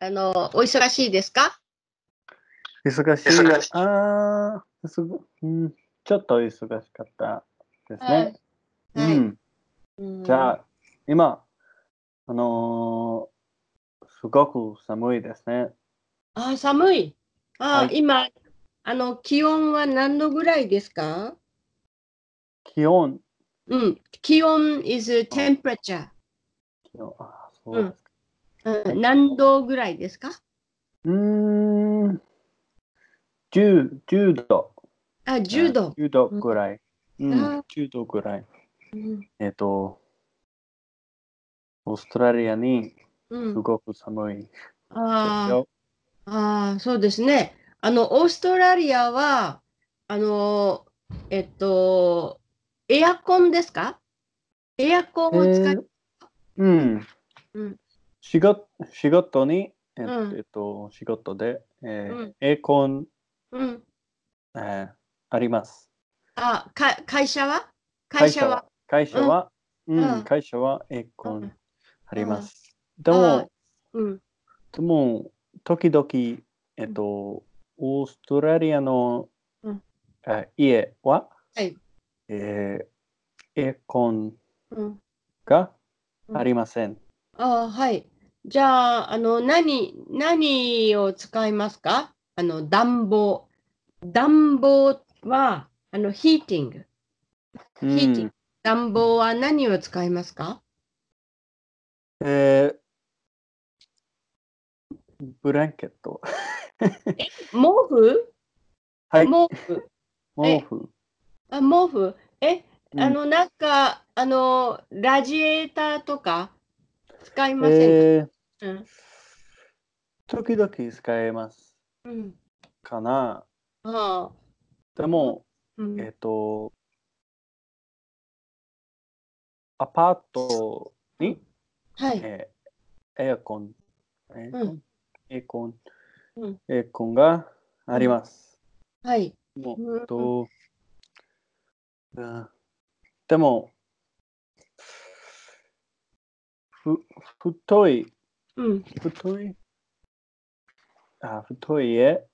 あの、お忙しいですか忙し忙しいい。ああ、すごうん、ちょっと忙しかったですね。はい。うはいん。じゃあ、今、あのーすごく寒いですね。あー寒い。あー、は今、あの、気温は何度ぐらいですか気温、うん。気温 is temperature。気温あーそうですか。うん、何度ぐらいですかうーん、10、10度。あ、10度。 10度ぐらい。うん、あー10度ぐらい。うん。えっ、と、オーストラリアにうすん、ごく寒いですあーよ。あー、そうですね。あの、オーストラリアは、あの、えっと、エアコンですかエアコンを使い、えーうん。うん仕事仕事に、えっうんえっと、仕事で、えーうんエアコン、うん。えーあります。あ、か会社は会社は会社は、うんうん会社はエアコうンんあります。であも、うん。でも、時々、えっと、オーストラリアの、うんあ家は、はいえーエアコンうん。がありません。あーはい。じゃあ、あの、何、何を使いますかあの、暖房。暖房は、あの、ヒーティング。うヒーティンんグ。暖房は何を使いますかえーブランケット。毛布はい。毛布。毛布。あ、毛布。え、うんあの、なんか、あの、ラジエーターとか使いませんか、えうーん時々使えますうん。かな。ああ。でも、うん。えっ、と、アパートに、はい。えーエアコン、エアコン、うんエアコン、うんエアコンがあります。はい。もううんえっと、うんでも、ふ太い、うん。太い、あ太い絵、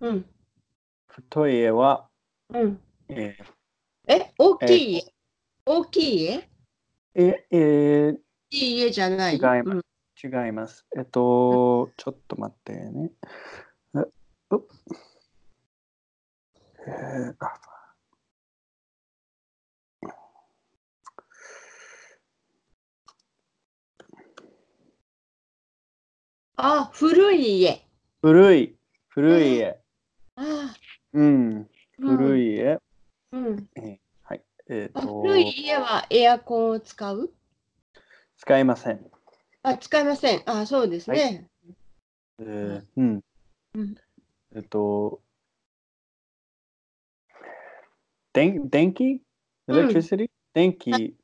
うん。太い絵は、うん。えーえ、大きい家大きい家え、えいい家じゃない。違いますー違います。えっと、ちょっと待ってね。えうっえーああ、古い家。古い、古い絵。あ、うん、古い。い絵。うん、はい。えっあと、古い家はエアコンを使う使いません。あ、使いません。あ、そうですね。えーうんうん。えっと、電電気うん ?electricity? 電気、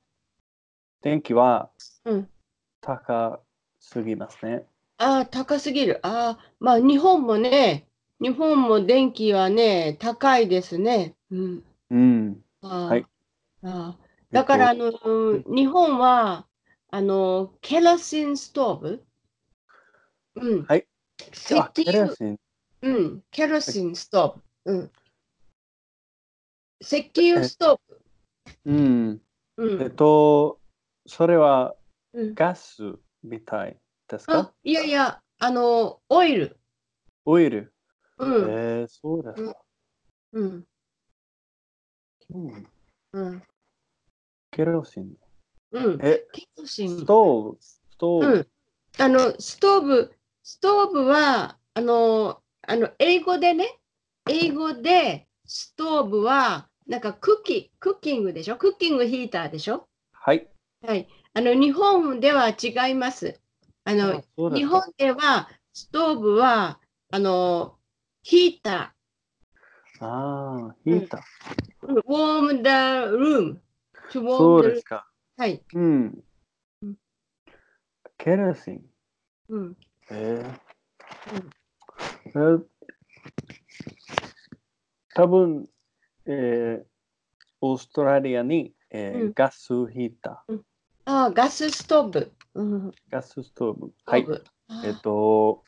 電気はうん。高すぎますね。あ、高すぎる。あ、まあ日本もね、日本も電気はね、高いですね。うん。うん。あはいあだから、あえっの、日本は、あの、ケロシンストーブうん。はい。石と、あケ油ロシンうん、ケロシンストーブ。うん。石油ストうん。ーブ。うえっんと、それはうん。ガスみたいですあか、いやいや、あの、オイル。オイル。えうん。ー、そうですか。うん。うんうん。ケロシン。うん。え、ケロシンス。トーブ、ストーうブん。。あの、ストーブ、ストーブは、あの、あの、英語でね、英語で、ストーブは、なんかクッキ、クッキングでしょクッキングヒーターでしょはい。はい。あの、日本では違います。あの、あそうです日か本ではストーブはあのヒータああ、ヒーター。ー、ウォームダルーム、to warm そう the です room か。はい、うんうん。ケロシン。うん、えーえー多分、えー、オーストラリアに、えーうんガスヒータあーガスストーブ、うん、ー、ガスストーブ。ははいい。、あえっと、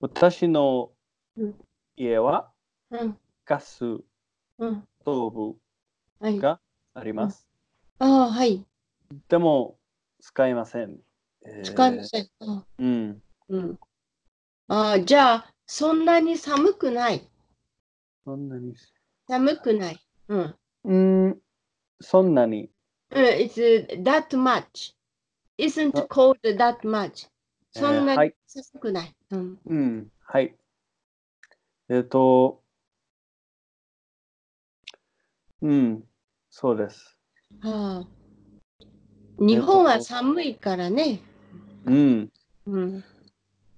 私のうん家はうんガススうんトーはいブがあります。ああはいでも、使いません。えー使いません、あうん。うんああじゃあそんなに寒くないそんなに。寒くないうんうん、そんなに。うん it's uh, that much isn't あ cold that much えーそんなはにい寒くない、うんうん、はい。えっと、うん、そうです。ああ日本は寒いからね、うん、うん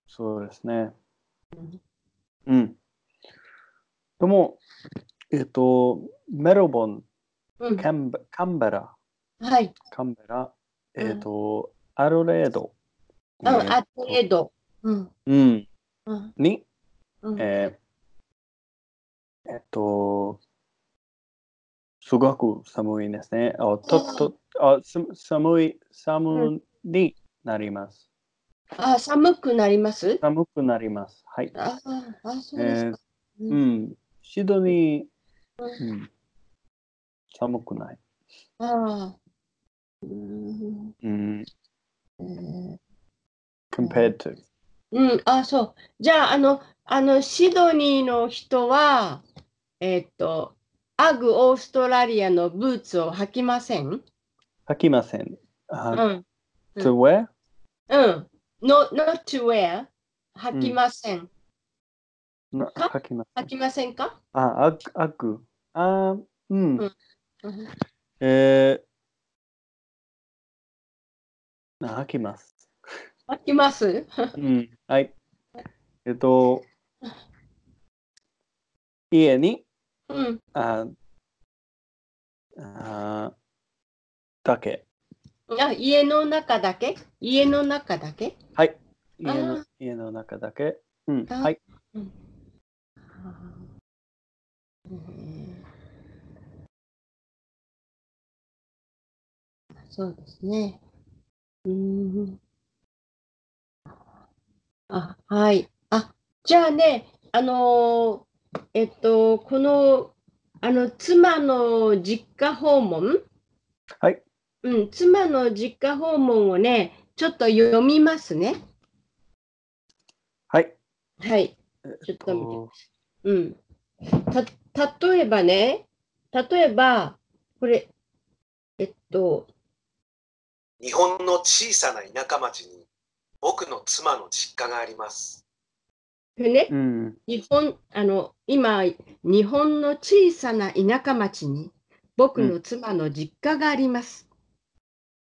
そうですね。うん。でも、えっと、メロボン、うんカンベカンベラ、はいカンベラ、うんえっと、アルレード、うんえーアトレードうんうん、うんに、うんえーえっと、すごく寒いですね。あ、と、と、あ、す寒い、寒になります。あ寒くなります寒くなります。はい。あああそうですえーか、ううんん、シドニー、うん、寒くない。ああうんうん、えー compared to。うん、あ、そう。じゃあ、あの、あの、シドニーの人は、えっと、アグオーストラリアのブーツを履きません履きません。うあ、ん。 to wear? うん。No, not to wear. 履きません。なか履きませ履ん。きませんかあ、あく、あく。あ、うん。うんうんえー、な履きます。履きますうん、はい。えっと、家に、うん。あ、あ、だけ。あ、家の中だけ家の中だけはい。あ家ーの家の中だけ。うん、あーはい。うんうんそうですね。うん。あ、はい。あ、じゃあね、あのーえっと、この、あの、妻の実家訪問はい。うん、妻の実家訪問をね、ちょっと読みますね。はい。はい。ちょっと見て。うん。た、例えばね、例えば、これ、えっと、日本の小さな田舎町に僕の妻の実家があります。これねう、ん、日本、あの、今、日本の小さな田舎町に、僕の妻の実家があります。うん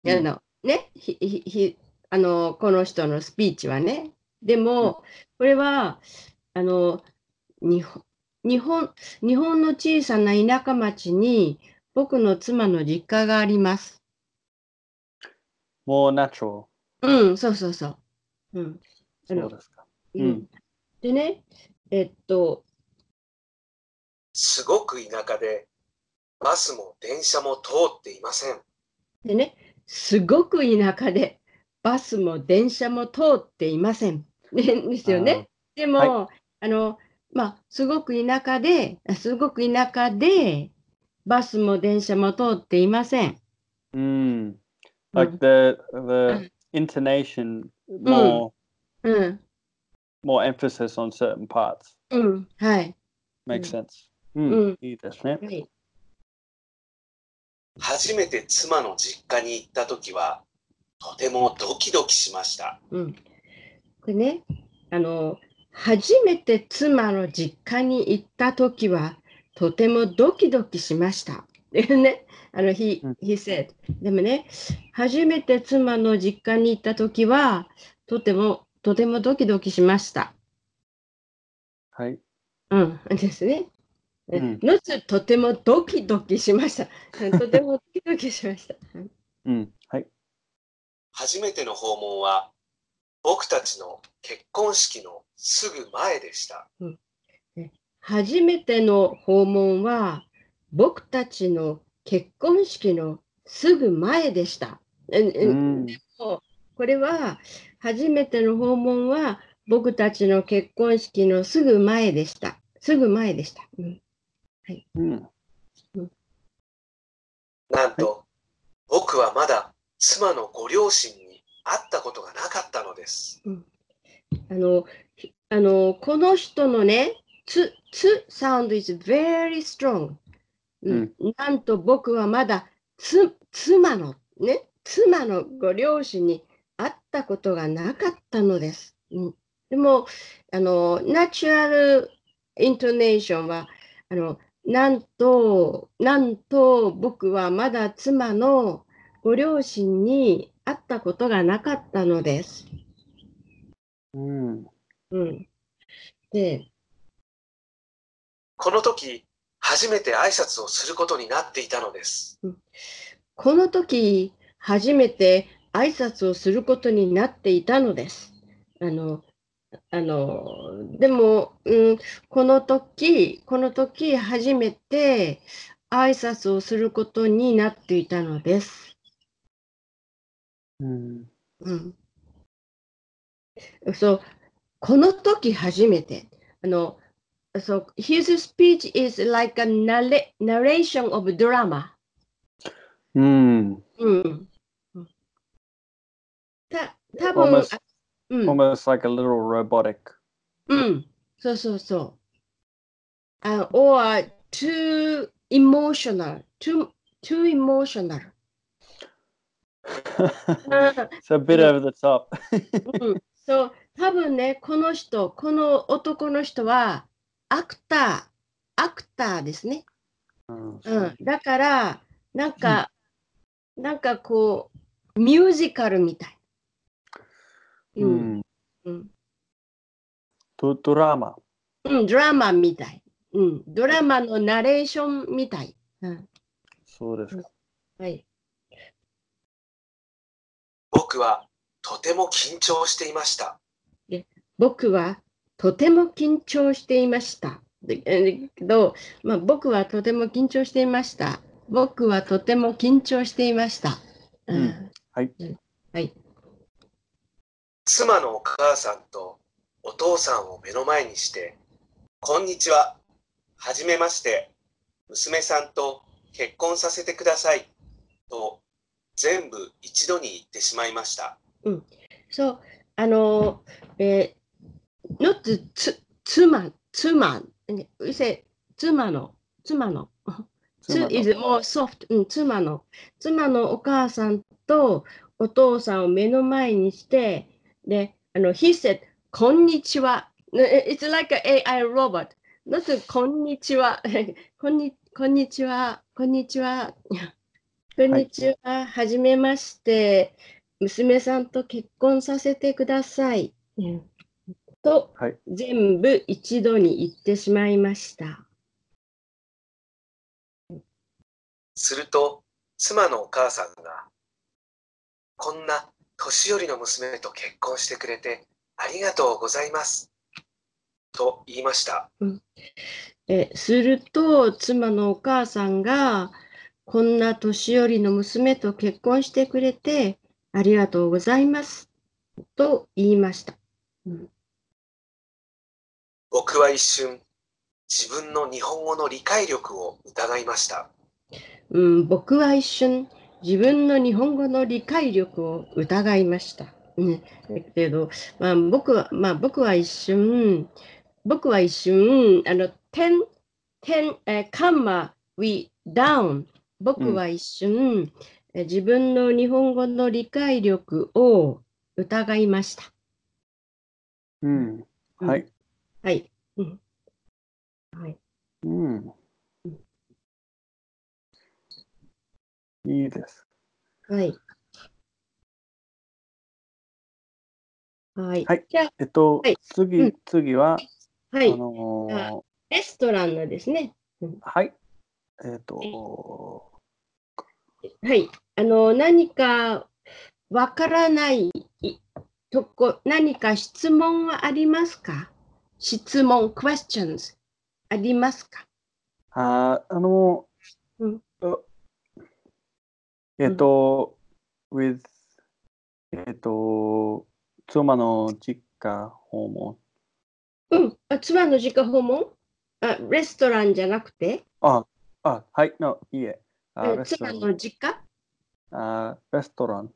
あの、ね、ひ、ひ、ひ、あの、この人のスピーチはね。でも、これは、あの、日本、日本、日本の小さな田舎町に、僕の妻の実家があります。もうナチュうん、そうそうそう。うん。あラル。のそうですか。ううんん、でね、えっと、すごく田舎でバスも電車も通っていません。でね、すごく田舎で、バスも電車も通っていません。ねですよね。でも、はあの、まあ、すごく田舎で、あすごく田舎で、バスも電車も通っていません。あー。うん。う Like ん the, う the intonation, more, うん、 more emphasis on certain parts. うん、はい。 Makes sense. Mm. ううんん、いいですね。はい、初めて妻の実家に行った時はとてもドキドキしました。うん。これね、あの、初めて妻の実家に行ったときは、とてもドキドキしました。 でね、あの、he, うん he said. でもね、初めて妻の実家に行ったときは、とても、とてもドキドキしました。はい。うん、ですね。うえんのつ、とてもドキドキしました。とてもドキドキしました。うん、はい。初めての訪問は僕たちの結婚式のすぐ前でした。初めての訪問は僕たちの結婚 Mm. 式のすぐ前でした。ええうん、これは初めての訪問は僕たちの結婚式のすぐ前でした。すぐ前でした。うん、うん。なんと、僕はまだ妻のご両親に会ったことがなかったのです。あのひあのこの人のね、つ、つ、サウンド is very strong、うん。なんと僕はまだつ、妻の、ね、妻のご両親に会ったことがなかったのです。うん、でも、あの、ナチュラルイントネーションは、あの、なんと、なんと僕はまだ妻のご両親に会ったことがなかったのです。うん。うん。で、この時、初めて挨拶をすることになっていたのです。この時、初めて挨拶をすることになっていたのです。あの、あの、でも、うん、この時、この時、初めて挨拶をすることになっていたのです。うん。うん。そう、この時初めて。あの、そう、his speech is like a narra- narration of drama. うん。うん。た多分 Almost, うん、 almost like a little robotic. うん、そうそうそう。あ、or too emotional, too, too emotional. It's a bit over the top. うん、そう、多分ね、この人、この男の人は、アクター、アクターですね。 うん、だから、なんか、なんかこう、ミュージカルみたい。ううん、ん。うん。ドドラマ。うん、ドラマみたい。うん、ドラマのナレーションみたい。うん、そうですか。はい。僕はとても緊張していました。僕はとても緊張していました。でえけど、まあ、僕はとても緊張していました。僕はとても緊張していました。ううんん、はい。はい。妻のお母さんとお父さんを目の前にして、こんにちは。はじめまして。娘さんと結婚させてください。と、全部一度に言ってしまいました。そう、あの、えー、not つ、妻、妻、ねうせ、妻の、妻の。つ is もうソフト、うん、妻の、妻のお母さんとお父さんを目の前にして、で、あの、he said, こんにちは。ね It's like a AI robot. Not こんにちは。 こんにこんにちは。こんにちは。 こんにちは。はじめまして。娘さんと結婚させてください。と、はい全部一度に言ってしまいました。すると、妻のお母さんが、こんな年寄りの娘と結婚してくれてありがとうございます。と言いました。えすると妻のお母さんがこんな年寄りの娘と結婚してくれてありがとうございますと言いました。僕は一瞬、自分の日本語の理解力を疑いました。うん、僕は一瞬自分の日本語の理解力を疑いました。ね、だけど、まあ、僕は、まあ、僕は一瞬、僕は一瞬、あの、点、点、えー、カンマ、we down。僕は一瞬、えー自分の日本語の理解力を疑いました。うん。はい。はい。うんはい、うん。いいです。はい。はい。はいじゃえっとはい、う次ん、次あ、は、はあい。のー、レストランのですね。はい。えっと、はい。あの、何かわからないいとこ、何か質問はありますか質問、questions ありますかあー、あのうんあえっと、with、えっと、妻の実家訪問。うん。あ、妻の実家訪問あ、レストランじゃなくて、あ、あ、はい、の家。あ、うんレスト妻ラン。の実家あ、レストラン。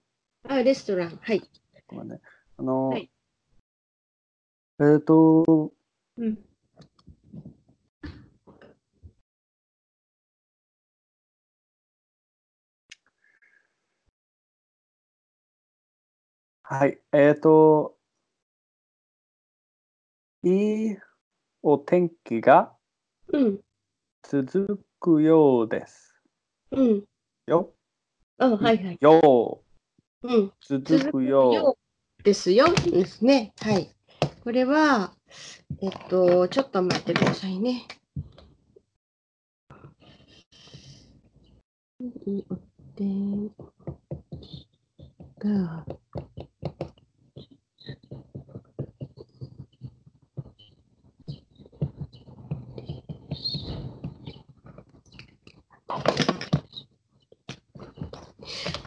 あ、レストラン。はい。ごめんね。あの、はいえっ、と、うん。はい、えっ、と、いいお天気がうん。続くようです。うん。よ、あ、はいはい。よ、うん。続くよ。うですよ。ですね。はい。これは、えっと、ちょっと待ってくださいね。いいお天気が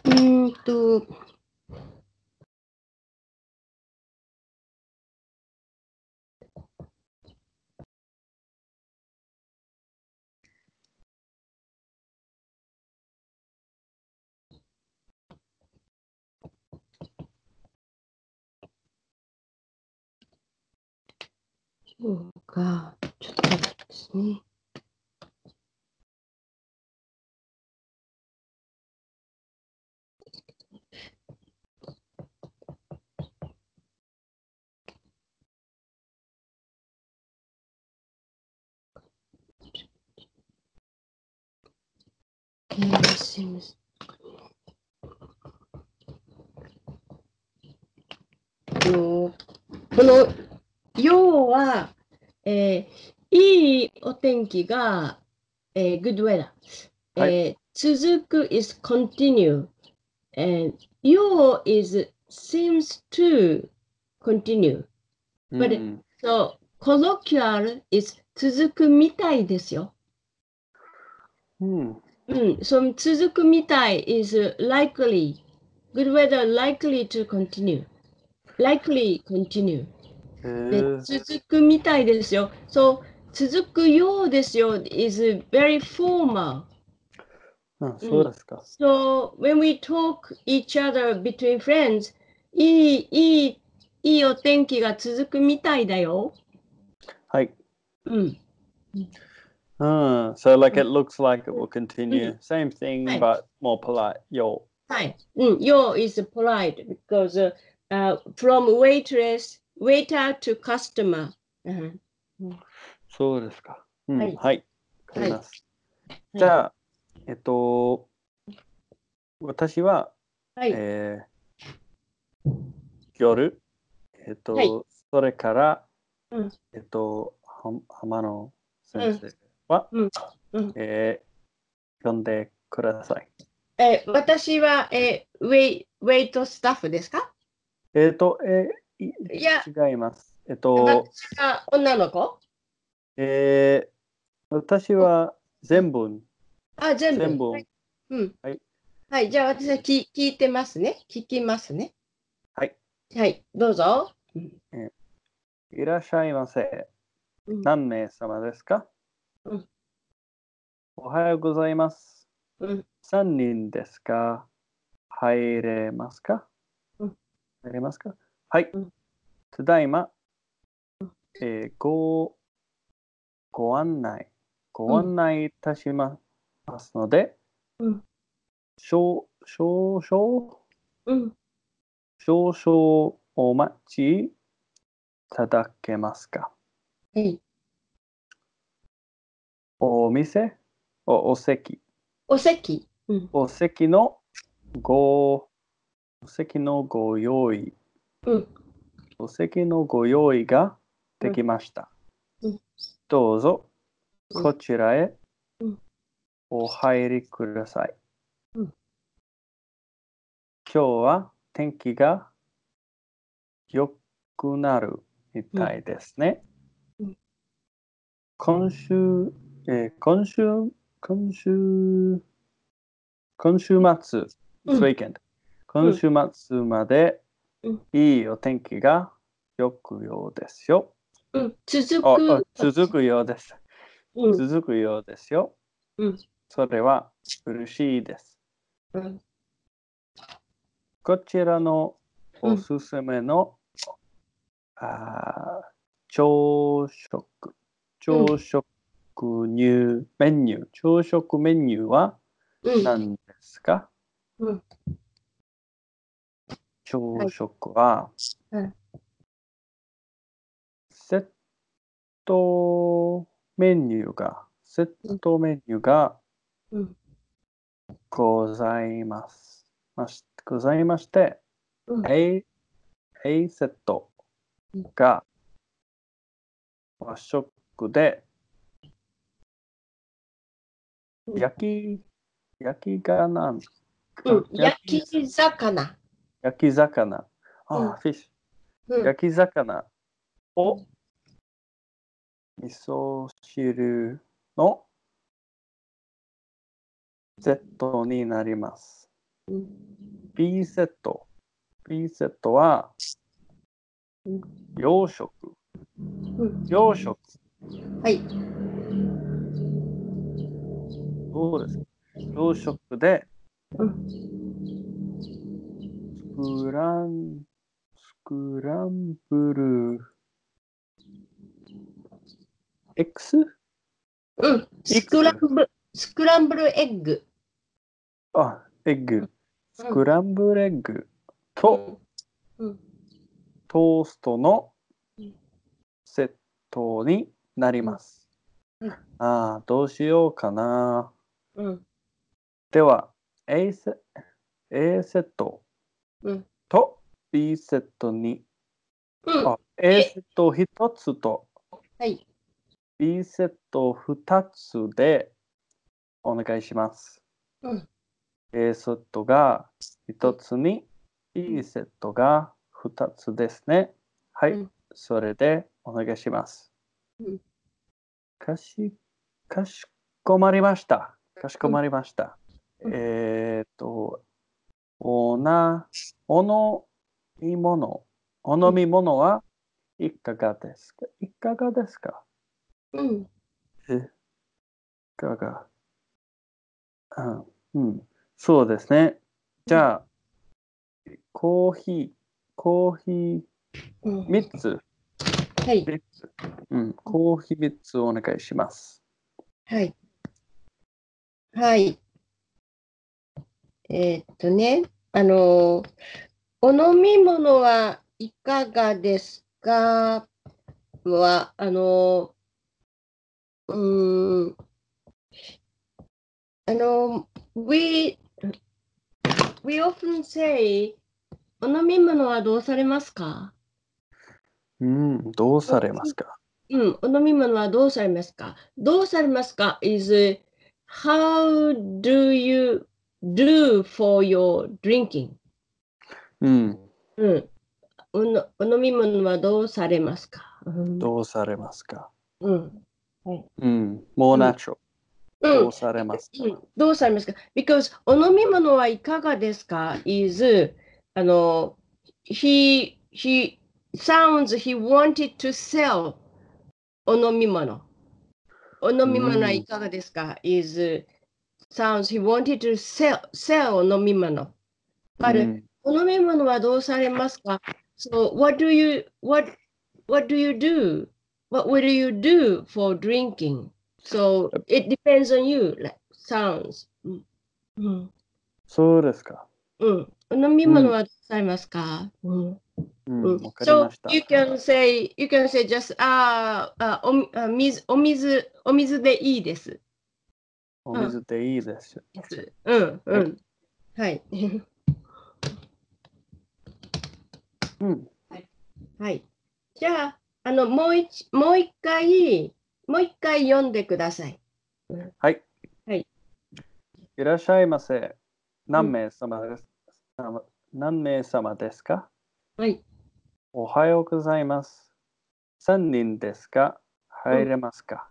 うーんと、そうか、ちょっと待ってですね。えーすいませんあのこの要は、えーいいお天気が、えー、good weather、えーは続く is continue、えー、要 is seems to continue うまでん、 so colloquial is 続くみたいですようん、うん、その続くみたい is likely. Good weather likely to continue. Likely continue. えでー続くみたいですよ。そう、続くようですよ is very formal. あそうですか。 So when we talk each other between friends, いい、いい、いいお天気が続くみたいだよ。はい。うん。 Ah, so like it looks like it will continue. Same thing, Right. but more polite. Yo. はい。うん、your is polite because、uh, from waitress, waiter to customer. うんそうですか。うん、ははいい。わ、かります。じゃあ、えっと、私は、はい。えー夜、えっと、はいそれから、うんえっと、は浜野先生は、うんうんうんえー呼んでください。えー私は、えーウェイ、ウェイトスタッフですかえっと、えーいいや違います。えっと、私が女の子えー私は全文、あ、全部。全文。はい、うん。はい。はい、じゃあ私は聞聞いてますね。聞きますね。はい。はい、どうぞ。いらっしゃいませ。うん何名様ですか、うんおはようございます。うん3人ですか入れますか、うん入れますかはい、うんただいま、えーご、ご案内、ご案内いたしま,、すので、うん少少々、うん。少々お待ちいただけますかはい。お店おお席お席。うん。お席のごお席のご用意うん。お席のご用意ができました、うんどうぞうんこちらへうんお入りください、うん今日は天気が良くなるみたいですね、うん今週、えー今週今週今週末、うん This weekend 今週末までいいお天気がよくようですよ。うん、続ああく。続くようです。うん、続くようですよ。うんそれは嬉しいです。うんこちらのおすすめの、あー朝食、朝食ニューメニュー、朝食メニューはうん、何ですか、うん朝食は、うんセットメニューが、セットメニューがうん、ございます。ましございまして、うん A, A セットが和食でうん焼き、焼きがなんうん、や焼き魚。焼き魚。あ、うんフィッシうュ。ん、焼き魚を味噌汁のセットになります。うん B セット。B セットはうん洋食。うん洋食。はい。どうですか洋食でうんスクラン、スクランブル X? うん、スクランブル、スクランブルエッグ。あ、エッグ。スクランブルエッグとうん、トーストのうんセットになりますうん。ああ、どうしようかな。うん、では、A セ A セットうん、と B セットに、うん、はあ A セット1つとい。 B セット2つでお願いします。うん、 A セットが1つに B セットが2つですね。はい、うんそれでお願いします。うんかし、かしこまりました。かしこまりました。うんえーっと、おな、おの飲み物、お飲み物はいかがですかいかがですかうん、だが、あうん、そうですね。じゃあ、コーヒー、コーヒーうん、 3つ、はい、うん、コーヒー3つお願いします。はい。はい。えーっとね、あのー、お飲み物はいかがですかは、あのー、うーん、あのー、we, we often say, お飲み物はどうされますかうん、どうされますかうん、お飲み物はどうされますかどうされますか is how do you do for your drinking? うん、うん、おのお飲み物はどうされますかうんどうされますかうんうん、もうナチュうラル、どんうされますかうんどうされますか ?because お飲み物はいかがですか is あの he, he sounds he wanted to sell お飲み物。お飲み物はいかがですか、is sounds he wanted to sell, sell お飲み物。But、うんお飲み物はどうされますか ?So what do you, what, what do you do? What will you do for drinking? So it depends on you, like sounds. Mm. うんうんそうですか。うん、お飲み物はどうされますか、うんうん、うんわかり So ました。 you can say, you can say just, ah, あーあおみあ水、お水、お水でいいです。お水でいいですよ。うん、うん。Mm, はい。うん、はい。じゃあ、あの、もう一、もう一回、もう一回読んでください。はい。はい。いらっしゃいませ。何名様です、何名様ですかはい。おはようございます。3人ですか入れますか、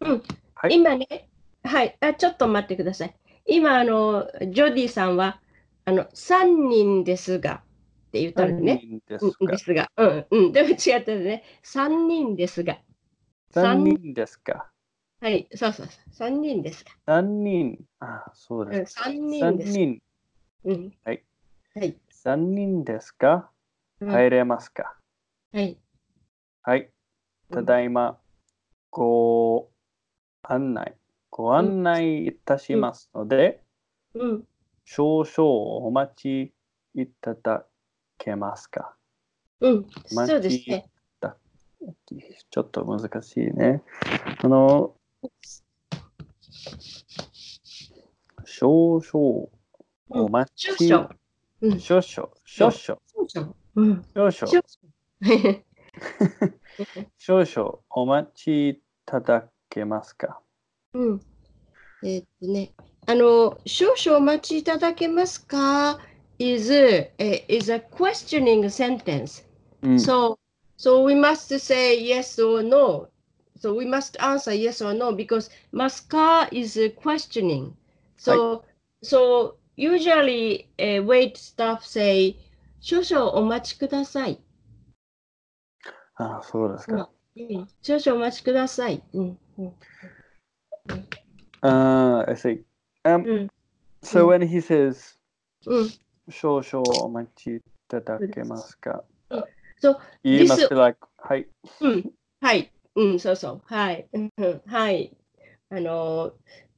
うん。はい今ね、はいあ、ちょっと待ってください。今、あの、ジョディさんは、あの、3人ですが、っって言ったらね。人ですうんうんかで。すが、うん、うん、でも違ったね。三人ですが、三人ですか。はい、そうそうそう、三人ですが、三人。あ、そううん、です。三人三です。人。うん、はい。はい。三人ですか。うん入れますか。はい。はい。ただいま。ご案内。ご案内いたしますので、うん、少々お待ちいただけますか。うん、マンキーそうですね。ちょっと難しいね。あの、少々お待ち、少々。うん少々、少々、少少々。うん。々、少々少々お待ちいただけますか。うん。 えーっとね、あの、少々お待ちいただけますか is, a- え is a questioning sentence. うん、 So, so we must say yes or no. So we must answer yes or no because Masca is uh, questioning. So, so usually uh, wait staff say 少々お待ちください。あそうですか。うん少々お待ちください。うんうんあ I see. Um, うん so when he says うん。少々お待ちいただけますか。 So, you this- must be like, はい。うん、はい、うん、そうそう、はい、うんうんはい。あの、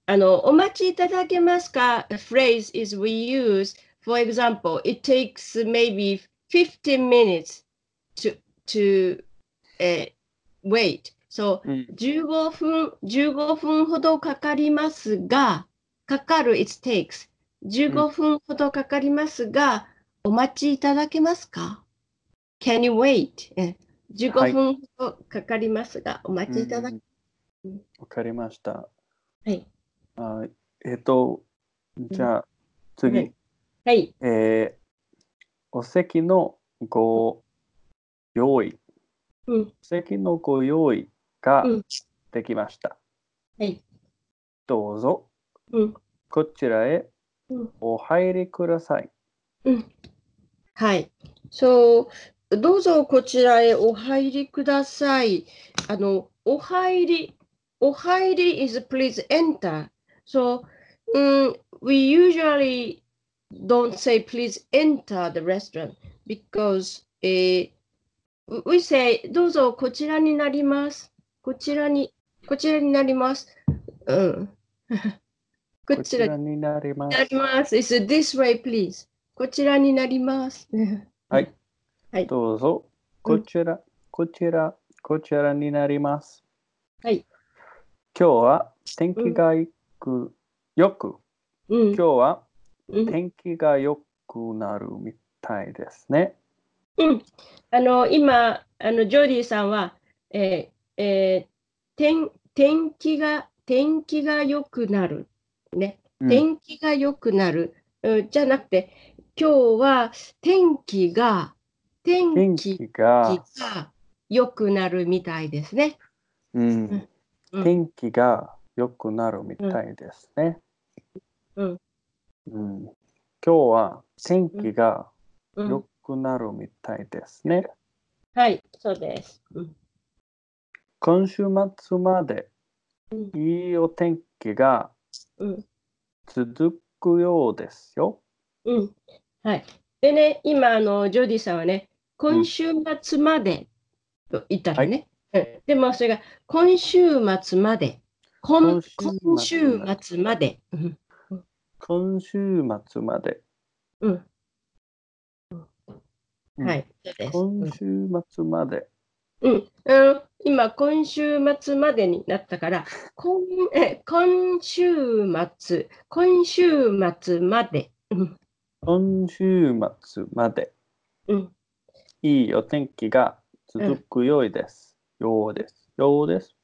あの、お待ちいただけますか The phrase is we use, for example, it takes maybe 15 minutes to, to、wait. So, うん15分、15分ほどかかりますが、かかる it takes. 15分ほどかかりますが、お待ちいただけますか ?Can you wait? えはい15分ほどかかりますが、お待ちいただけ、うんわかりました。はい。あえっ、と、じゃあ次、はいはい。えーお席のご用意、うん。お席のご用意がうんできました。はい。どうぞ、うん。こちらへうんお入りください。はい。そう、どうぞこちらへお入りください。あの、お入り、お入り is please enter. So, um, we usually don't say please enter the restaurant because、eh, we say どうぞこちらになります。こちらに、こちらになります。うん。ここちちららになりまなす。ります。It's this way, please. こちらになります。はい。はいどうぞ、うこんちら、こちら、こちらになります。はい。今日は天気がよく、よく、うん今日はうん天気が良くなるみたいですね。うん、あの今あのジョディさんは、えーえー天天気が天気が良くなるねうん天気が良くなる、うんじゃなくて今日は天気が天天気気が、が良くなるみたいですね。うんうん天気が良くなるみたいですね。うんうん今日は天気がうん良くなるみたいですね。はいそうです。うん今週末までうんいいお天気がうん続くようですよ。うんはい、でね、今あの、ジョディさんはね、今週末までと言ったのね、うんでもそれが今週末まで、今今今週末週末まで、うん今週末まで。うんうんはい、そうです今週末まで。うんあの今、今週末までになったから、今え今週末、今週末まで、うん今週末まで。うんいいお天気が続くようです。ようです。ようです。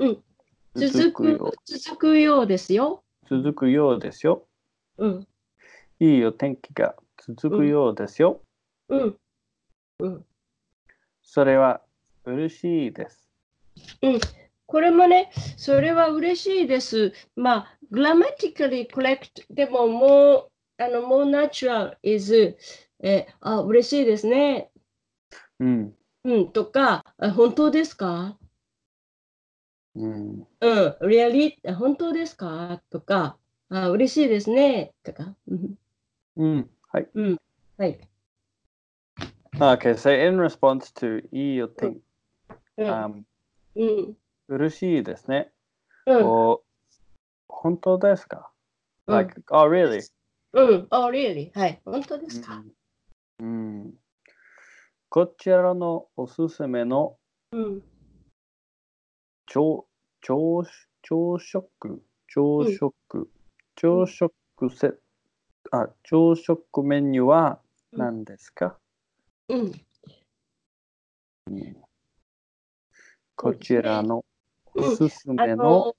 うん続くよ続くようですよ。続くようですよ。うんいいお天気が続くようですよ。うんうんそれは嬉しいです。これもね、それは嬉しいです。まあ、grammatically correct でももう、あの、もう natural is えーあ、嬉しいですね。うん。うん、とか、あ本当ですかうん。うん、リアリ本当ですかとか、あ、嬉しいですね。とか、うんうん。はい。はい。 Okay, so in response to いいよって、うん、 um, うん、嬉しいですね。うん、お本当ですか、うん ?Like, oh, really? うん、あ、really? はい、本当ですか。うんうんこちらのおすすめのうん、朝朝朝食朝食、朝食せあ朝食メニューは何ですか、うん、こちらのうんおすすあめのの、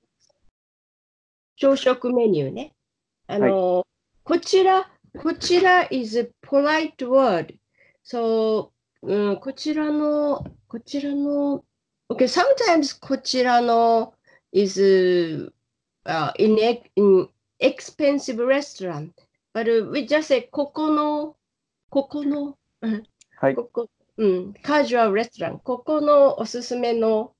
朝食メニューね。あの、こちら、こちら is a polite word. So, うん、こちらの、こちらの、okay, sometimes こちらの is、uh, in, e- in expensive restaurant. But we just say ここの、ここの、はいここ、うん、カジュアルレストラン、ここのおすすめの、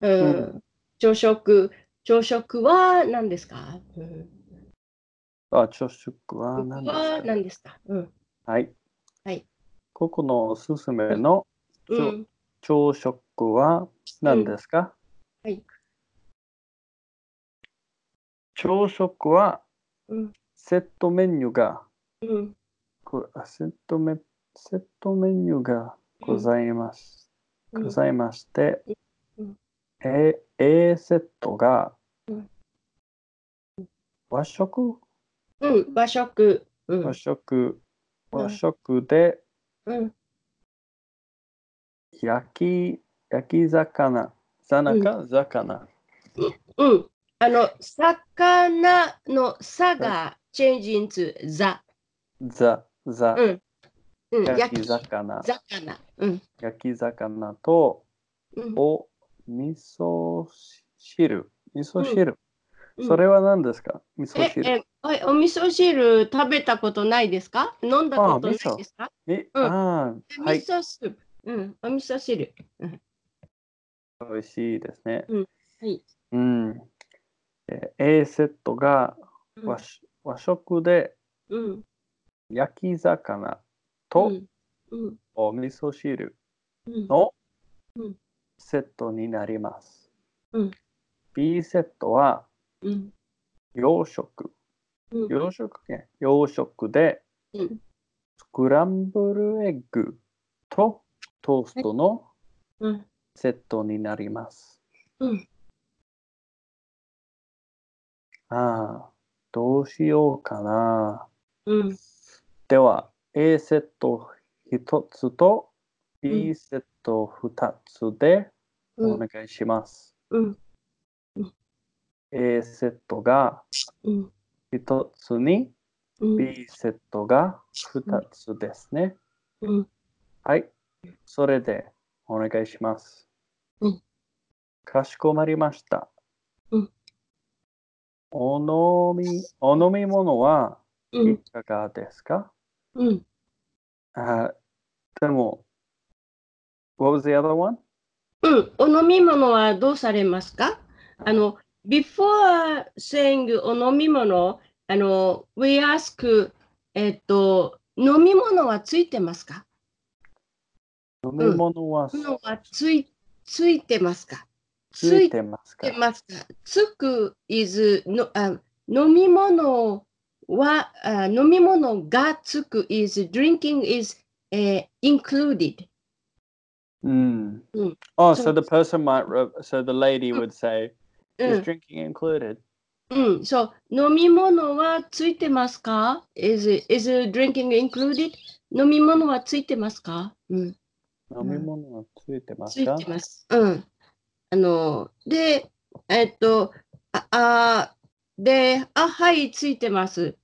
うんう朝食、朝食は何ですか、うん、あ朝食はこ何こですはか何ですか、うんはい、はい、ここのおすすめのうそん、朝食は何ですか、うんはい朝食はうんセットメニューが、うん、これあセットメセットメニューがございます、うんございまして、うんえ A, A セットがうん和食うん、和食、う和ん、食うん和食でうん、焼き焼き魚魚か魚、うん、あの、魚の差がチェンジンツザ、ザザ、うん、うん、焼き焼き魚魚、うん、焼き魚とうん、お味噌汁味噌汁、うんそれは何ですか味噌え、汁え、おいお味噌汁食べたことないですか飲んだことないですかみうんあーは味い噌スープ、うん、お味噌汁。美味しいですね。うんはい。うん。えー A セットがうん和,、和食でうん、焼き魚とうん、うん、お味噌汁うん、のうんセットになります。うん B セットはうん、洋食。うん洋食ね。洋食でうん、スクランブルエッグとトーストのうん、セットになります。うん、ああ、どうしようかな。うん、では A セット1つとう B セット2つでおうん、願いします。うん、 A セットがうん、 1つにうん、 B セットが2つですね。うん、はい。それでお願いしますうん。かしこまりましたうん。お飲み、お飲み物はういん、かがですか、うん、あでも、What was the other one? うん、お飲み物はどうされますかあの、before saying お飲み物、あの、we ask、えっと、飲み物はついてますか飲み物は飲み物はつい、ついてますかついてますかってますかつく is のあ飲み物はあ飲み物がつく is drinking is、えー included. Mm. Mm. Oh, So- so, the person might, re- so the lady would say, う is ん、 drinking included? うん、そう飲み物はついてますか is, is drinking included? 飲み物はついてますか、うん、飲み物はついてまつすいかてます。うん。あの、で、えっと、あ、あで、あ、はい、ついてます。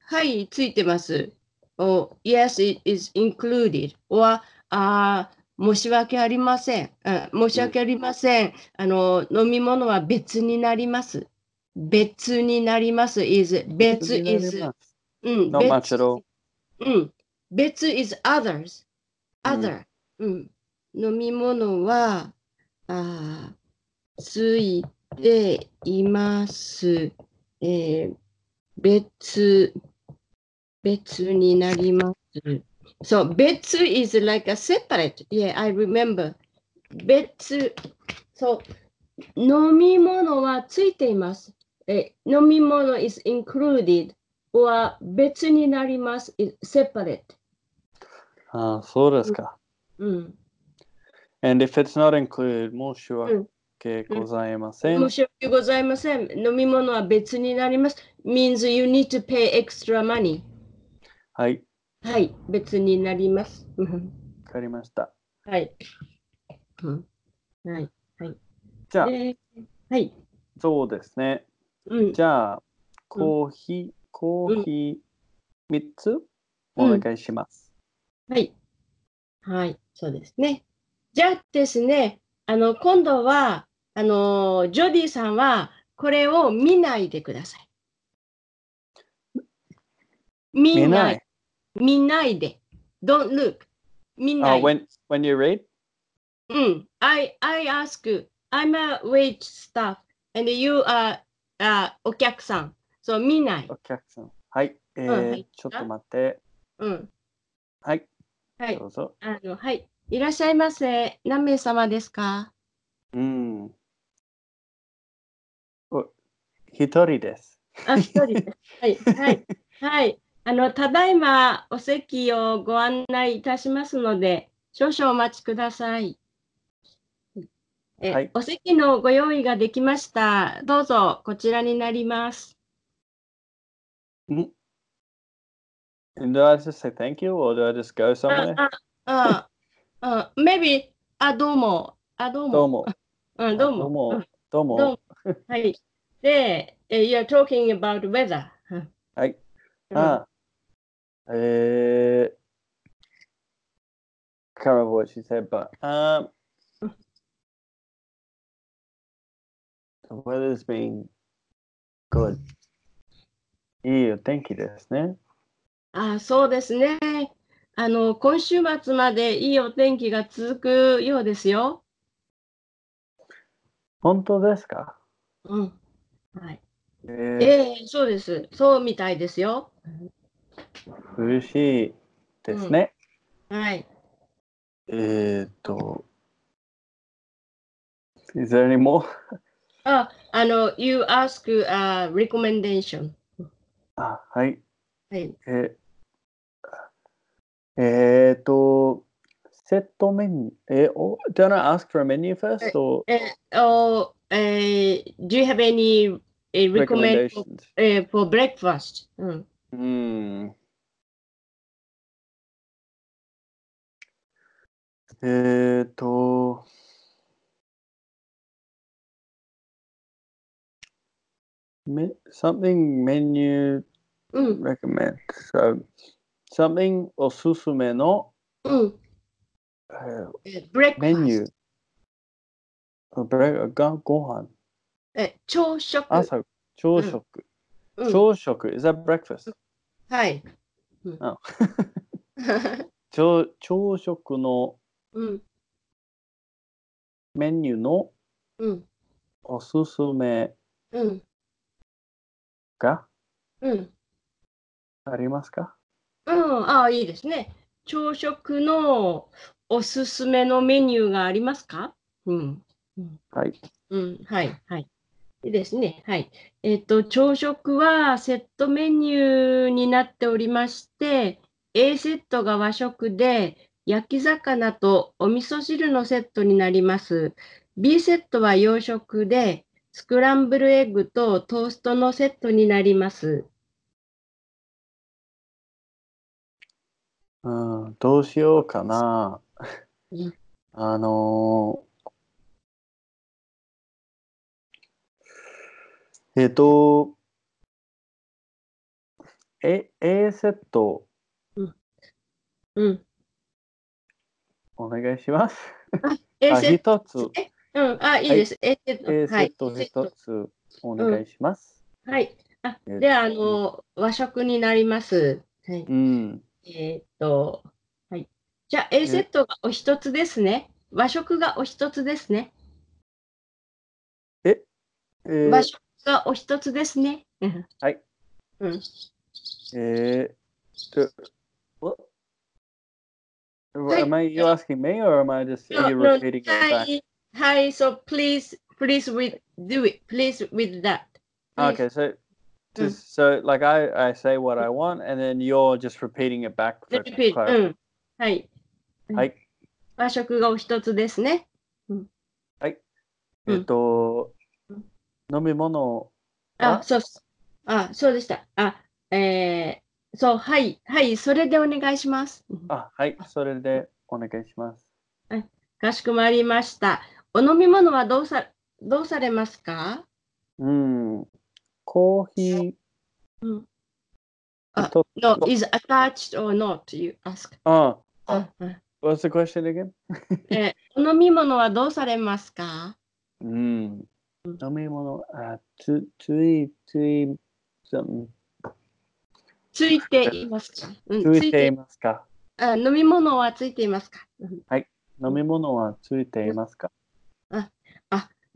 はい、ついてます。お、yes, it is included. or あ申し訳ありません。うん申し訳ありません。あの、飲み物は別になります。別になります。is 別ついて is ますうん、 No 別 much at all. うん、別 is others. うん other. うん。飲み物は、あーついています。えー別、別になります。そう、別 is like a separate. Yeah, I remember. 別、そう、飲み物はついています。えー飲み物 is included. or 別になります。is separate. ああ、そうですか。うん。 And if it's not included, 申しうん訳ございません。申し訳ございません。飲み物は別になります。means you need to pay extra money. はい、はい、別になります。 わかりました。はい。うんはい。じゃあ、ではい。そうですね。うん。じゃあ、コーヒー、コーヒー3つお願いします。はい。はい、そうですね。じゃあですね、あの、今度は、あの、ジョディさんは、これを見ないでください。見見なないい。。見ないで。don't look. 見あ、ない。 when, when you read? うん。I, I ask, I'm a wait staff and you are、あお客さん。そう、見ない。お客さん。はい、えーうんはいちょっと待って。うん。はい、はいど。うぞ。あの、はい。いらっしゃいませ。何名様ですかうん。お一人です。あ、一人です。はい、はい、はい。あの、ただいまお席をご案内いたしますので、少々お待ちください。え、はいお席のご用意ができました。どうぞこちらになります。 And do I just say thank you or do I just go あ somewhere? あ、あ、あ、maybe あ、どうも、あ、どうも、どうも。うん、どうも、どうも。どうも。どうもうんはい。で、え you're talking about weather。うんはい。ああ。えー。Can't remember what she said, but um, the weather's been good. いいお天気ですね。あ、そうですね。あの、今週末までいいお天気が続くようですよ。本当ですかうん。はい。えー、ええそうです。そうみたいですよ。嬉しいですね。はい。えーっと。Is there any more? あ、あの、you ask a recommendation。あ、はい。はい。ええーと、セットメニュー。え、お、do I ask for a menu first or え、お、えー do you have any eh, recommendation recommendations? eh, for breakfast? うん。 Hmm. えーと、め something menu うん。 recommend. So, something おすすめの、うん。えーえ breakfast。メニュー。あブレがご飯。え、朝食。朝、朝食。うん朝食。Is that breakfast? はい。あ朝朝食の うん。メニューのうん。おすすめうん。がうん。ありますかうん、ああ、いいですね。朝食のおすすめのメニューがありますかうん、はい。うん、はい、はい。いいですね。はい。えっと、朝食はセットメニューになっておりまして、A セットが和食で、焼き魚とお味噌汁のセットになります。B セットは洋食で、スクランブルエッグとトーストのセットになります。うん、どうしようかなうん。あのーえっと、A, A セットうん。お願いします。 A あ、セット一つ。うん、あ、いいです。A セット。 A セはいッ。ト一つお願いします。はい。あ、えっとで、あの、和食になります。はい。うん。えーっと、はい。じゃあ A セットがお一つですね。和食がお一つですね。えー和食がお一つですね。はい。うん。えーto, what? Hi. Am I you asking me or am I just No, you no, repeating it back? Hi, hi. So please, please with do it. Please with that. Please. Okay, so just so like I, I say what I want and then you're just repeating it back for Repeat. う clarity. ん。はい。はい。和食がお一つですね。うんえっと、うん飲み物あ、あそうっす。あ、そうでした。あ、えー、そう、はい、はい、それでお願いします。うんあ、はい、それでお願いします。かしこまりました。お飲み物はどうさ、どうされますかうん、コーヒーうん。あ一つ。 No, is attached or not, you ask. あ、うんうん、 what's the question again? えーお飲み物はどうされますかうん。うん飲み物、あ、つ、つい、つい、something ついていますか、うん、ついていますかあ飲み物はついていますか、うん飲み物はついていますか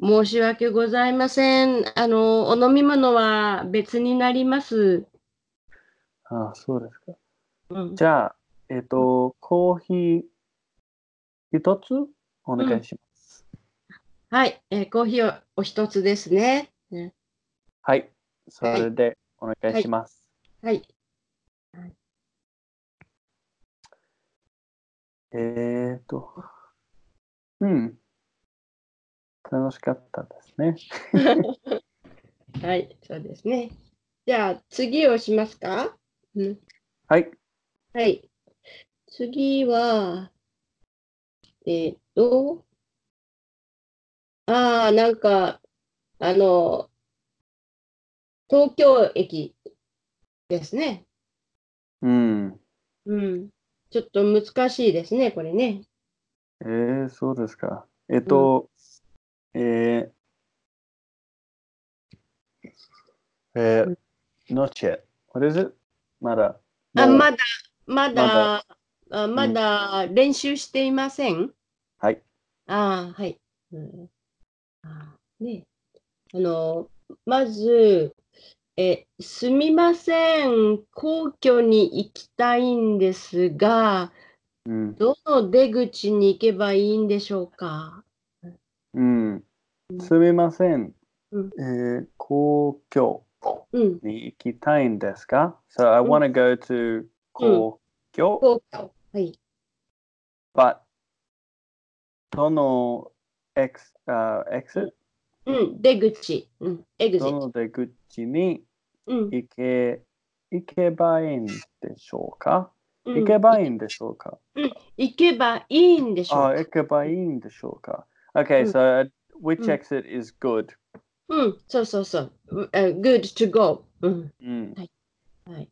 申し訳ございません。あの、お飲み物は別になります。あ、そうですか。うんじゃあ、えっと、コーヒー一つお願いします。はい、えーコーヒーをお一つですね。ねはい、それでお願いします。はい、えー、っと、うん。楽しかったですね。はい、そうですね。じゃあ次をしますか。うん、はい。はい。次は、えーっと、ああ、なんか、あの、東京駅ですね。うん。うん。ちょっと難しいですね、これね。えー、そうですか。えっと、えーえうんー、ノチェ。What is it? まだ。あ、もうまだ、まだま、あまだ練習していませんはい。ああ、はい。うん、あーね、あの、まず、え、すみません、皇居に行きたいんですが、うん。どの出口に行けばいいんでしょうかうん。すみません。うんえー、皇居うん、に行きたいんですか ?So I want to go to 皇居。皇居。はい。 But どの ex, uh, exit? うん、出口。うん、エグゼどット。の出口にうん、行け行けばいいんでしょうかうん行けばいいんでしょうか、行けばいいんでしょうあか行けばいいんでしょうか Ah, ?Okay,、うん so uh, which うん exit is good?、うん、そうそうそう。うえ good to go。うん。うんはい、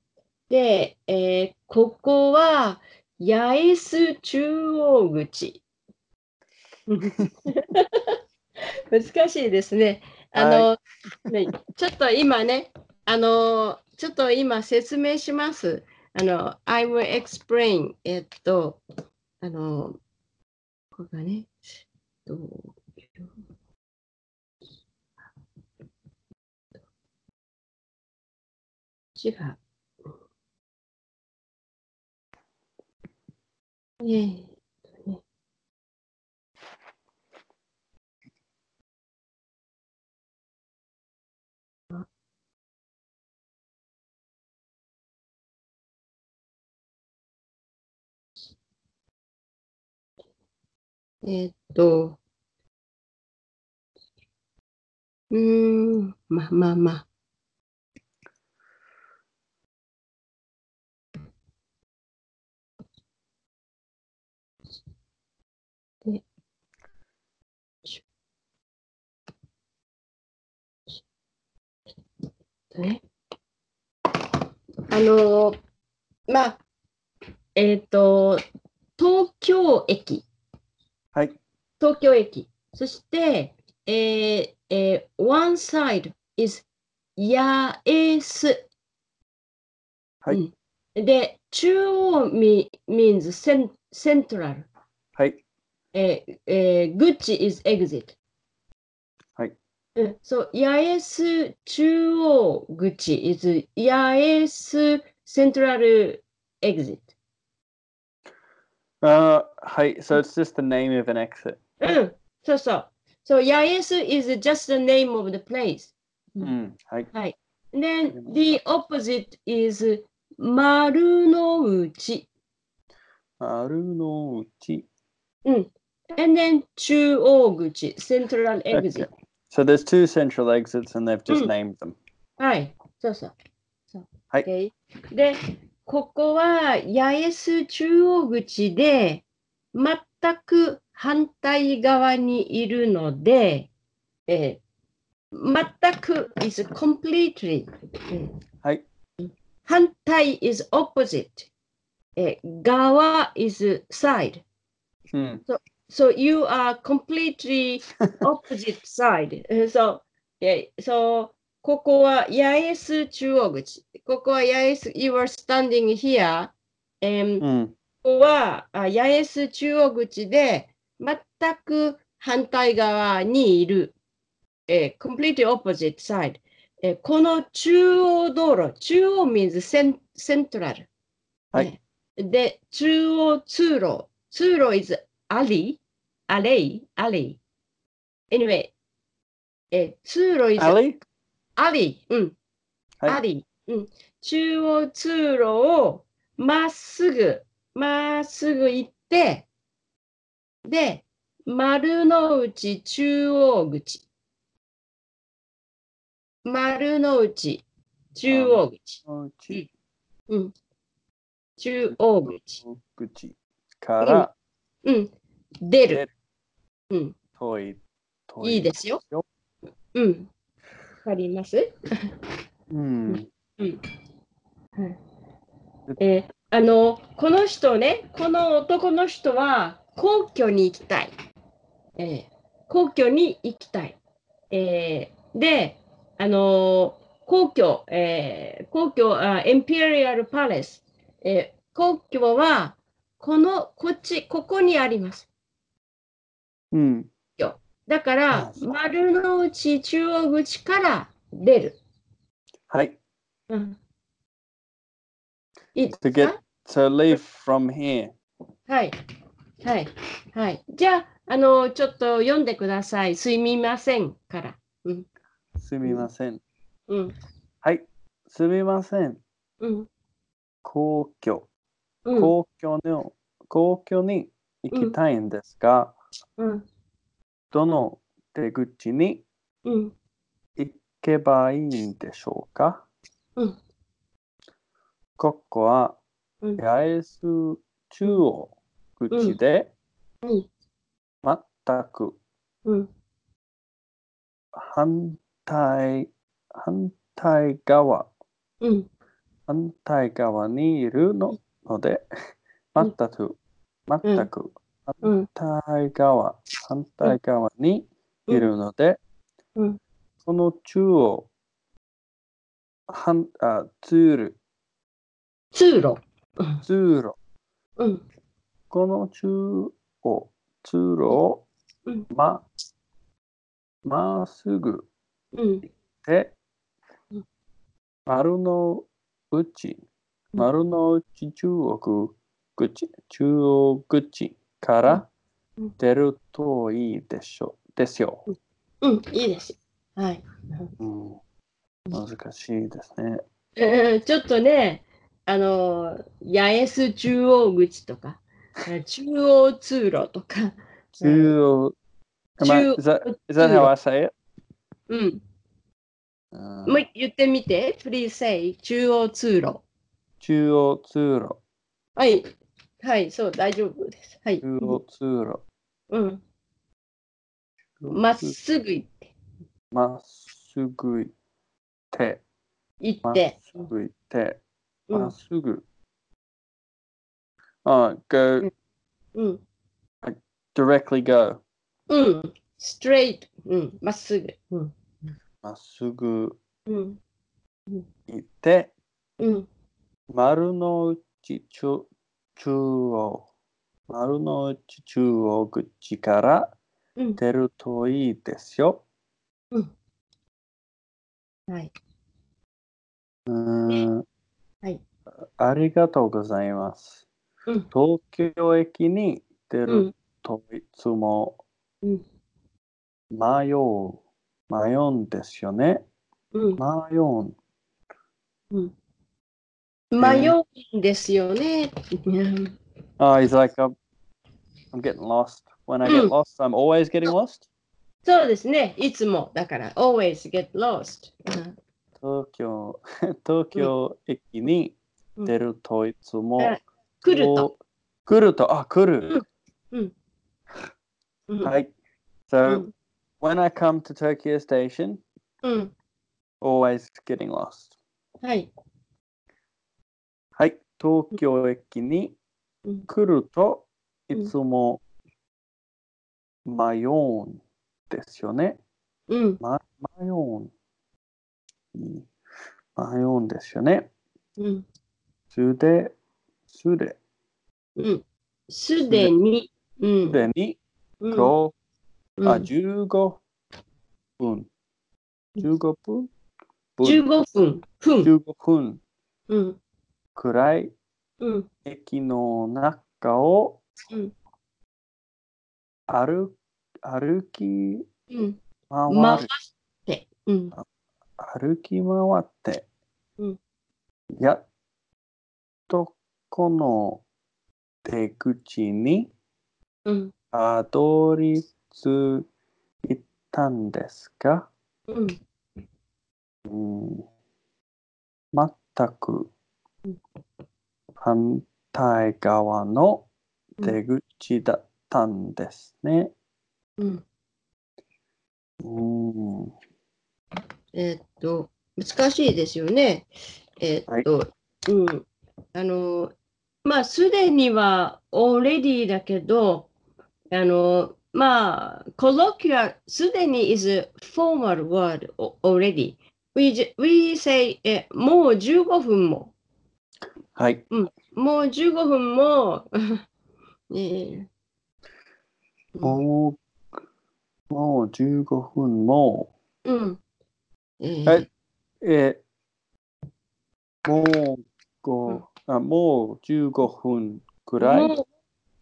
で、えーここは、八重洲中央口。難しいですね。あの、ねちょっと今ね、あの、ちょっと今説明します。あの、I will explain. えっと、あの、ここがね、えっと違う。ねえっとね。あえーっと、うーん、まあまあまあ。ね。あのーまあ、えっ、と、東京駅、はい。東京駅、そして、えーえー one side is 八重洲。はいうんで、中央 me- means cen- central. はい。えーえー、Gucci is exit. はい。うん、そう、八重洲中央口 is 八重洲 central exit. あーはい。So Uh, it's just the name of an exit. うん、そうそう。So 八重洲 is just the name of the place. ううんん。はい。 Then the opposite is 丸の内。丸の内。うん。And then 中央口 central exit. Okay. So there's two central exits and they've just うん named them. はい、そうそう。そうはい OK で、ここは八重洲中央口で、全く反対側にいるので、えー全く is completely、うんはい。反対 is opposite、えー側 is side。うん。 So you are completely opposite side. So, yeah, so ここは八重洲中央口。ここは八重洲、you are standing here. And うこん。こはあ八重洲中央口で全く反対側にいる。えー completely opposite side. えーこの中央道路、中央 means cen- central. はいね。で、中央通路。通路 is alley, alley, alley. Anyway, えー通路 is Alley? あり、うん。はいあり、うん。中央通路をまっすぐ、まっすぐ行って、で、丸の内中央口。丸の内中央口。内うん。中央口。口からうん。出出る。うん。遠い。遠いいですよ。うん。わかりますうん。えーあのこの人ね、この男の人は皇居に行きたい。えー皇居に行きたい。えーで、あのー皇居、えー皇居、あエンペリアル・パレス、えー皇居はこの、こっち、ここにあります。うん。だかあら、そう丸の内中央口から出る。はい。うん、いいです To か get, to leave from here. はい。はい。はい。じゃあ、あの、ちょっと読んでください。すみませんから。すみません。うん。はい。すみません。うん。皇居。うん。皇居の、皇居に行きたいんですが、うん。どの出口にうん。行けばいいんでしょうかうんここはうん八重洲中央口でうん全くうん。反対反対側うん。反対側にいるのので全く全くうん。反対側反対側にいるのでうん。その中央反あ通路通路。通路うん。この中央通路をうんままっすぐうん。でうん丸の内うん丸の内中央口中央口からうんうん出るといいでしょうですよ、うん。いいです。はい。うん、難しいですねえーちょっとね、あの、八重洲中央口とか、 えー中央通路とか、中央 Am I, 中 is, that, is that how I say it? うん。うんもう言ってみて。Please say 中央通路。中央通路はい。はい、そう、大丈夫です。はい。中央通路うん。まっすぐ行って。まっすぐ行って、行まっ。ってすぐ行って、うまんっ。すぐ。あ、う go, んうん。 directly go. うん。ストレート。うん。まっすぐ。うん。まっすぐうん。行って、うん。丸の内中中央丸の内中央口からうん。出るといいですよ。はい。うーんはい。ありがとうございます。うん。東京駅に出うるん。といつもうん。迷う。迷うんですよね。うん。迷うん。うん迷うんですよね。うん。 Uh, he's like, I'm, I'm getting lost. When I get Mm. lost, I'm always getting lost. そうですね。いつもだから、always get lost。うん東 京東京駅に出るといつも、うん来ると。お。来ると、あ、来る。うん。うんはい。う So, ん。 when I come to Tokyo Station, うん。 always getting lost. はい。はい。東京駅にうん来るとうんいつも迷うんですよね。うん。ま、迷うん。うん迷うんですよね。うん。すで、すで、うん。すでに。うんす。でにうん5、うんあ、15分。15分分15分。分。 15分うん。くらいうん。駅の中をうん歩歩きうん。回回るって。うん。歩き回って、うんやっとこの出口にうん。たどり着いたんですが、うん。うん、全くうん反対側の出口だったんですね。うん。うんえーっと、難しいですよね。えーっと、うん。あの、まあ、すでには、already だけど、あの、まあ、colloquial, すでに is a formal word o- already. We, ju- we say, え、もう15分も、はい。もう15分も、 ねえもう、もう15分も、うん。えーはいえーもうこうあもう15分くらい、も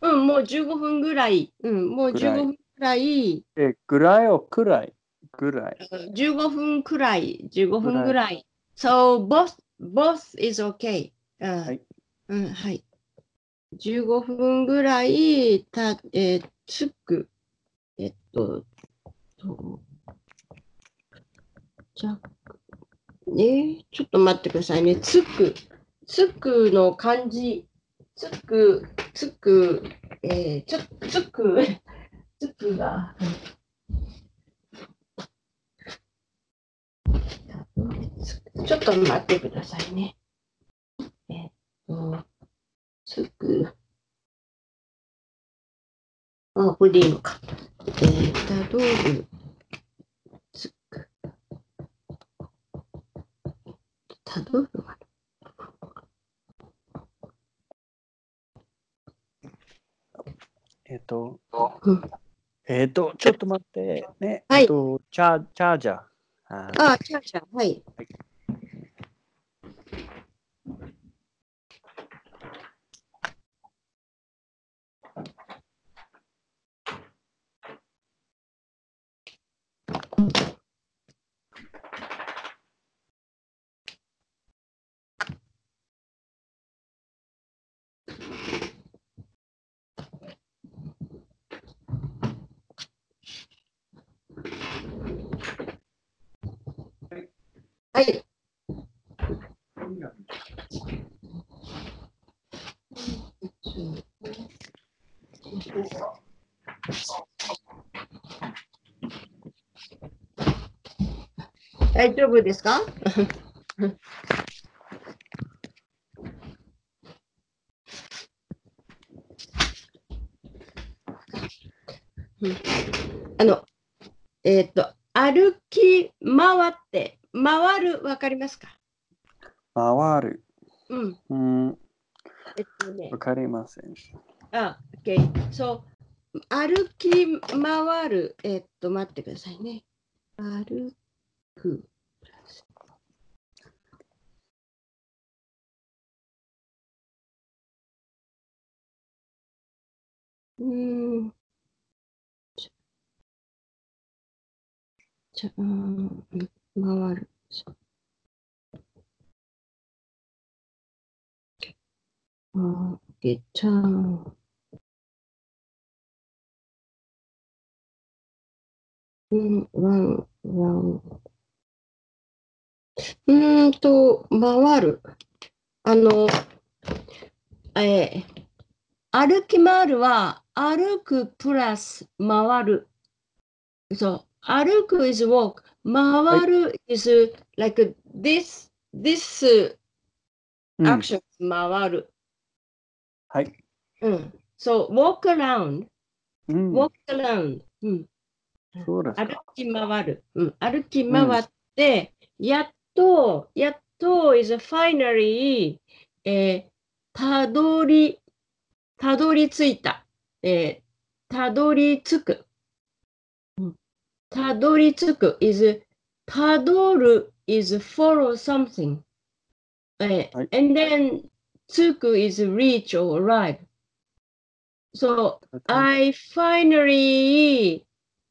う、うん、もう15分ぐらい、うん、もうぐらい15分ぐらい、えーぐらいをくらい、ぐらい。 15分くらい、15分ぐらい。So, both, both is okay. ははい。うん、はい。15分ぐらいた、えー、つく、えっと、と、じゃ、ね、ちょっと待ってくださいね。つく、つくの漢字、つく、つく、えー、ちょ、つく、 つくが、ちょっと待ってくださいね。えっと、すぐ。あ、これでいいのか。えー、たどる。つく。たどるは。えっ、とうん、えっ、と、ちょっと待って、ね。はいえっと、チャーチャージャー。あーあ、ちゃうちゃう。はい。はい。大丈夫ですかうんあの、えーっ、と、歩き回って、回る、わかりますか回る。うん。うん、えっとねわ。かりません。あ、OK。そう。歩き回る。えっと、待ってくださいね。歩く。うーん。ちょ、ちょうーん、うん回る。そうあげちゃう。うん、ワン、ワン。うーんと、回る。あの、えー歩き回るは、歩くプラス回る。そう、歩く is walk。回る is like this, this うん、 action、回る。はい。うん。そう、walk around, うん、 walk around. うん。そうで歩すか。き回る。うん。歩き回って、やっと、やっと is finally, えーたどり、たどり着いた。えーたどり着く。うんたどり着く is, たどる is follow something. えーはい and then, 着く is reach or arrive. So, Um, I finally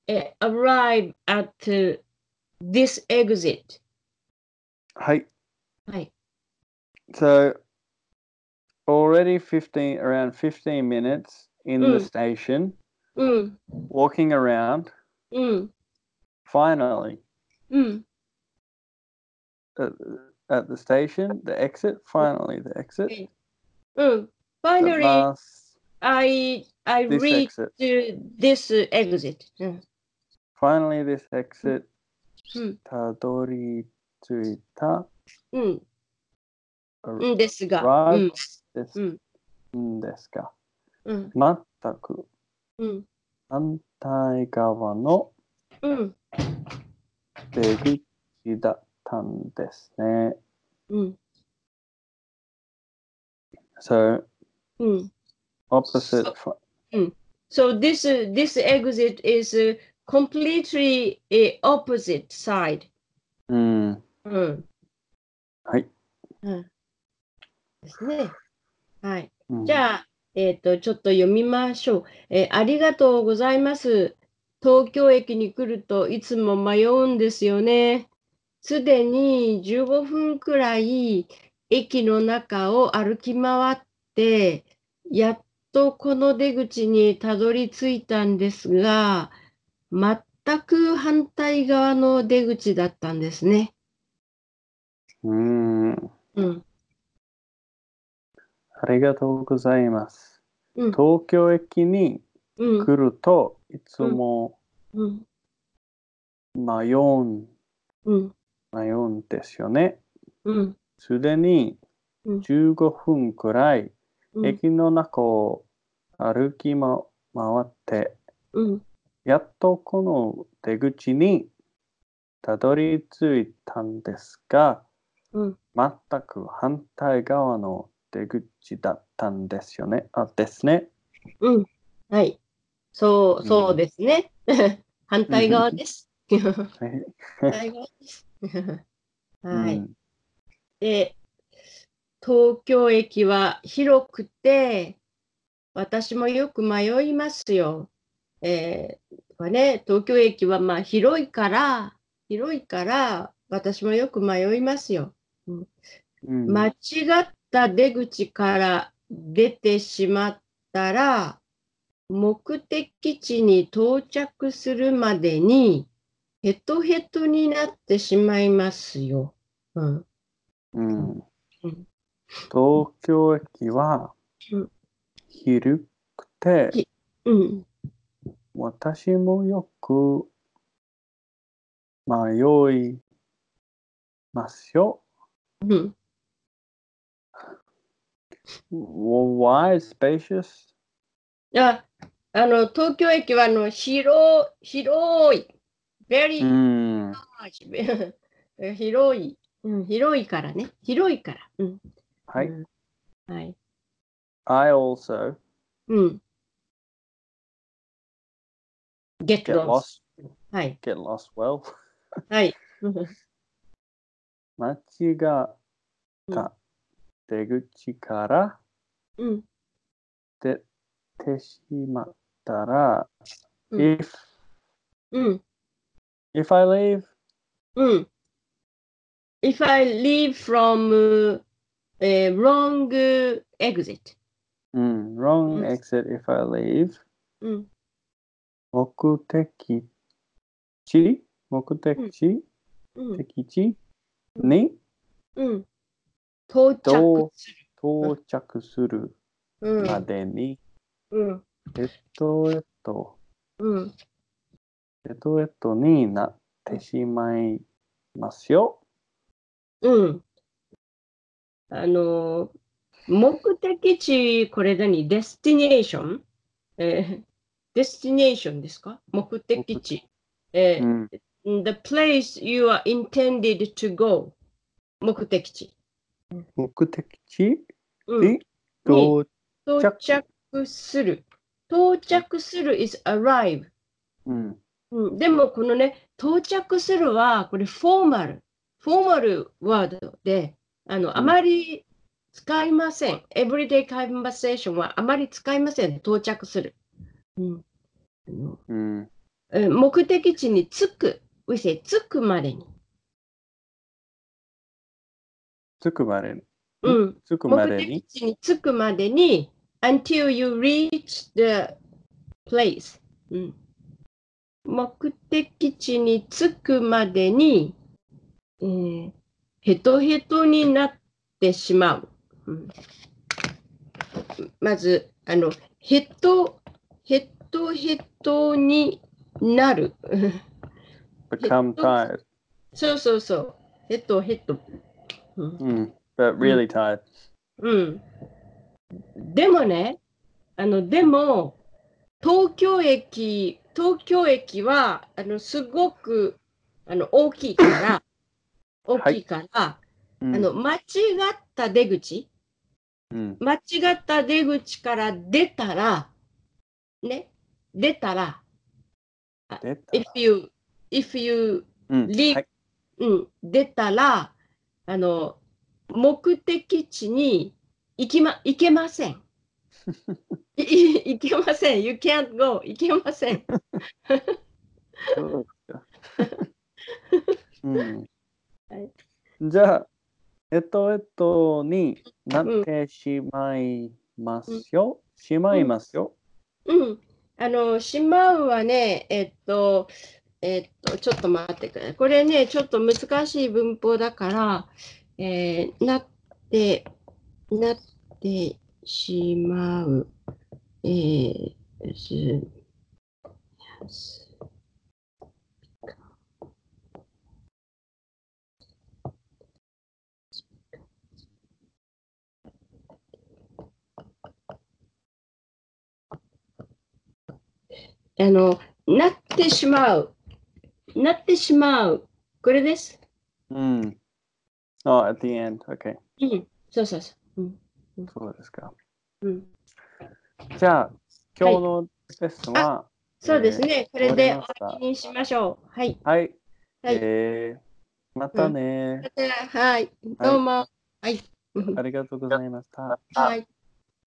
uh, arrive at uh, this exit. はい。はい。 So already 15 around 15 minutes in the うん station うん、 walking around うん、 finally うん、 at, at the station the exit finally the exit うん。 the mm. Finally, last I, I Uh, this reach exit to this uh, exit. Mm, うん、 finally this exit うん、たどり着いたうん、うんですが。う arrived ん、ですうんんですがうん、全くうん、反対側のうん、出口だったんですねうん、 So うん。So- opposite fr- So this, uh, this exit is uh, completely uh, opposite side. Mm. うんうん。はい。うん。ですね。はい。うんじゃあ、えっ、と、ちょっと読みましょう、えーありがとうございます。東京駅に来るといつも迷うんですよね。すでに15分くらい駅の中を歩き回って、やっとこの出口にたどり着いたんですが、全く反対側の出口だったんですね。うんうん。ありがとうございます。うん東京駅にうん。来るといつもうん。迷うん、うん。迷うんですよね。うん。すでにうん15分くらいうん。駅の中を歩きま回って、うん。やっとこの出口にたどり着いたんですが、うん。全く反対側の出口だったんですよね。あ、ですね。うん。はい。そうう、んそうですね。 反対側です。反はい対側です。 はうい。んで、東京駅は広くて、私もよく迷いますよ。えーこれね、東京駅はまあ広いから、広いから、私もよく迷いますよ。うん間違った出口から出てしまったら目的地に到着するまでにヘトヘトになってしまいますよ。うんうんうん東京駅はうん広くて、ひうん私もよく迷いますよ。うん、 Why spacious? ああの東京駅はあの広広い very うん large 広い、うん、広いからね広いから、うん、はい。うんはい。 I also うん。get get lost. lost, はい。 get lost well. はい。間違った出口からうん。出てしまったら、うん if, うん。 if I leave, うん。If I leave from a wrong exit. うん、wrong うん exit if I leave, うん。目的地目的地、うん。敵地にうん。到どう着する。到着するうん。までに、うん。えっとえっと、うん。えっとえっとになってしまいますよ。うん。あのー、目的地、これ何デスティネーションえーデスティネーションですか目的地。えうーん、 The place you are intended to go. 目的地。目的地うんに到到着する。到着する is arrive、うん、うん。でもこのね、到着するは、これフォーマル。フォーマルワードで、あの、あまり使いません。everyday conversation はあまり使いません。到着する。うんあのうん、え目的地に着く。we say 着くまでに。つくまでに、うん。つくま目で的に、地に着くまでに、until you reach the place、うん。目的地に着くまでに、えーヘトヘトになってしまう。うんまず、あの、ヘト、ヘトヘトになる。 become tired, そうそうそう。ヘトヘト。うんうん、but really tired. うん。でもね、あの、でも、東京駅、東京駅は、あの、すごく、あの、大きいから、大はいきいから、うんあの、間違った出口、うん、間違った出口から出たら、ね、出たら、出た if you, if you うん、 leave はい、うん、出たら、あの、目的地に行きま、行けません。いい行けません。You can't go. 行けません。そうですか うんはいじゃあ、えっとえっとになってしまいますよ。しまいますよ。うん。あの、しまうはね、えっと、えっと、ちょっと待ってください。これね、ちょっと難しい文法だから、えーなって、なってしまう。えーすあの、なってしまう。なってしまう。これです。うん。あ、at the end. OK。うん。そうそうそう。うん。そうですか。うん、じゃあ、今日のレッスンは、そうですね。これで終わわかりましたりにしましょう。はい。はい。はいえーまたね、はい。どうも。はい。ありがとうございました。はい。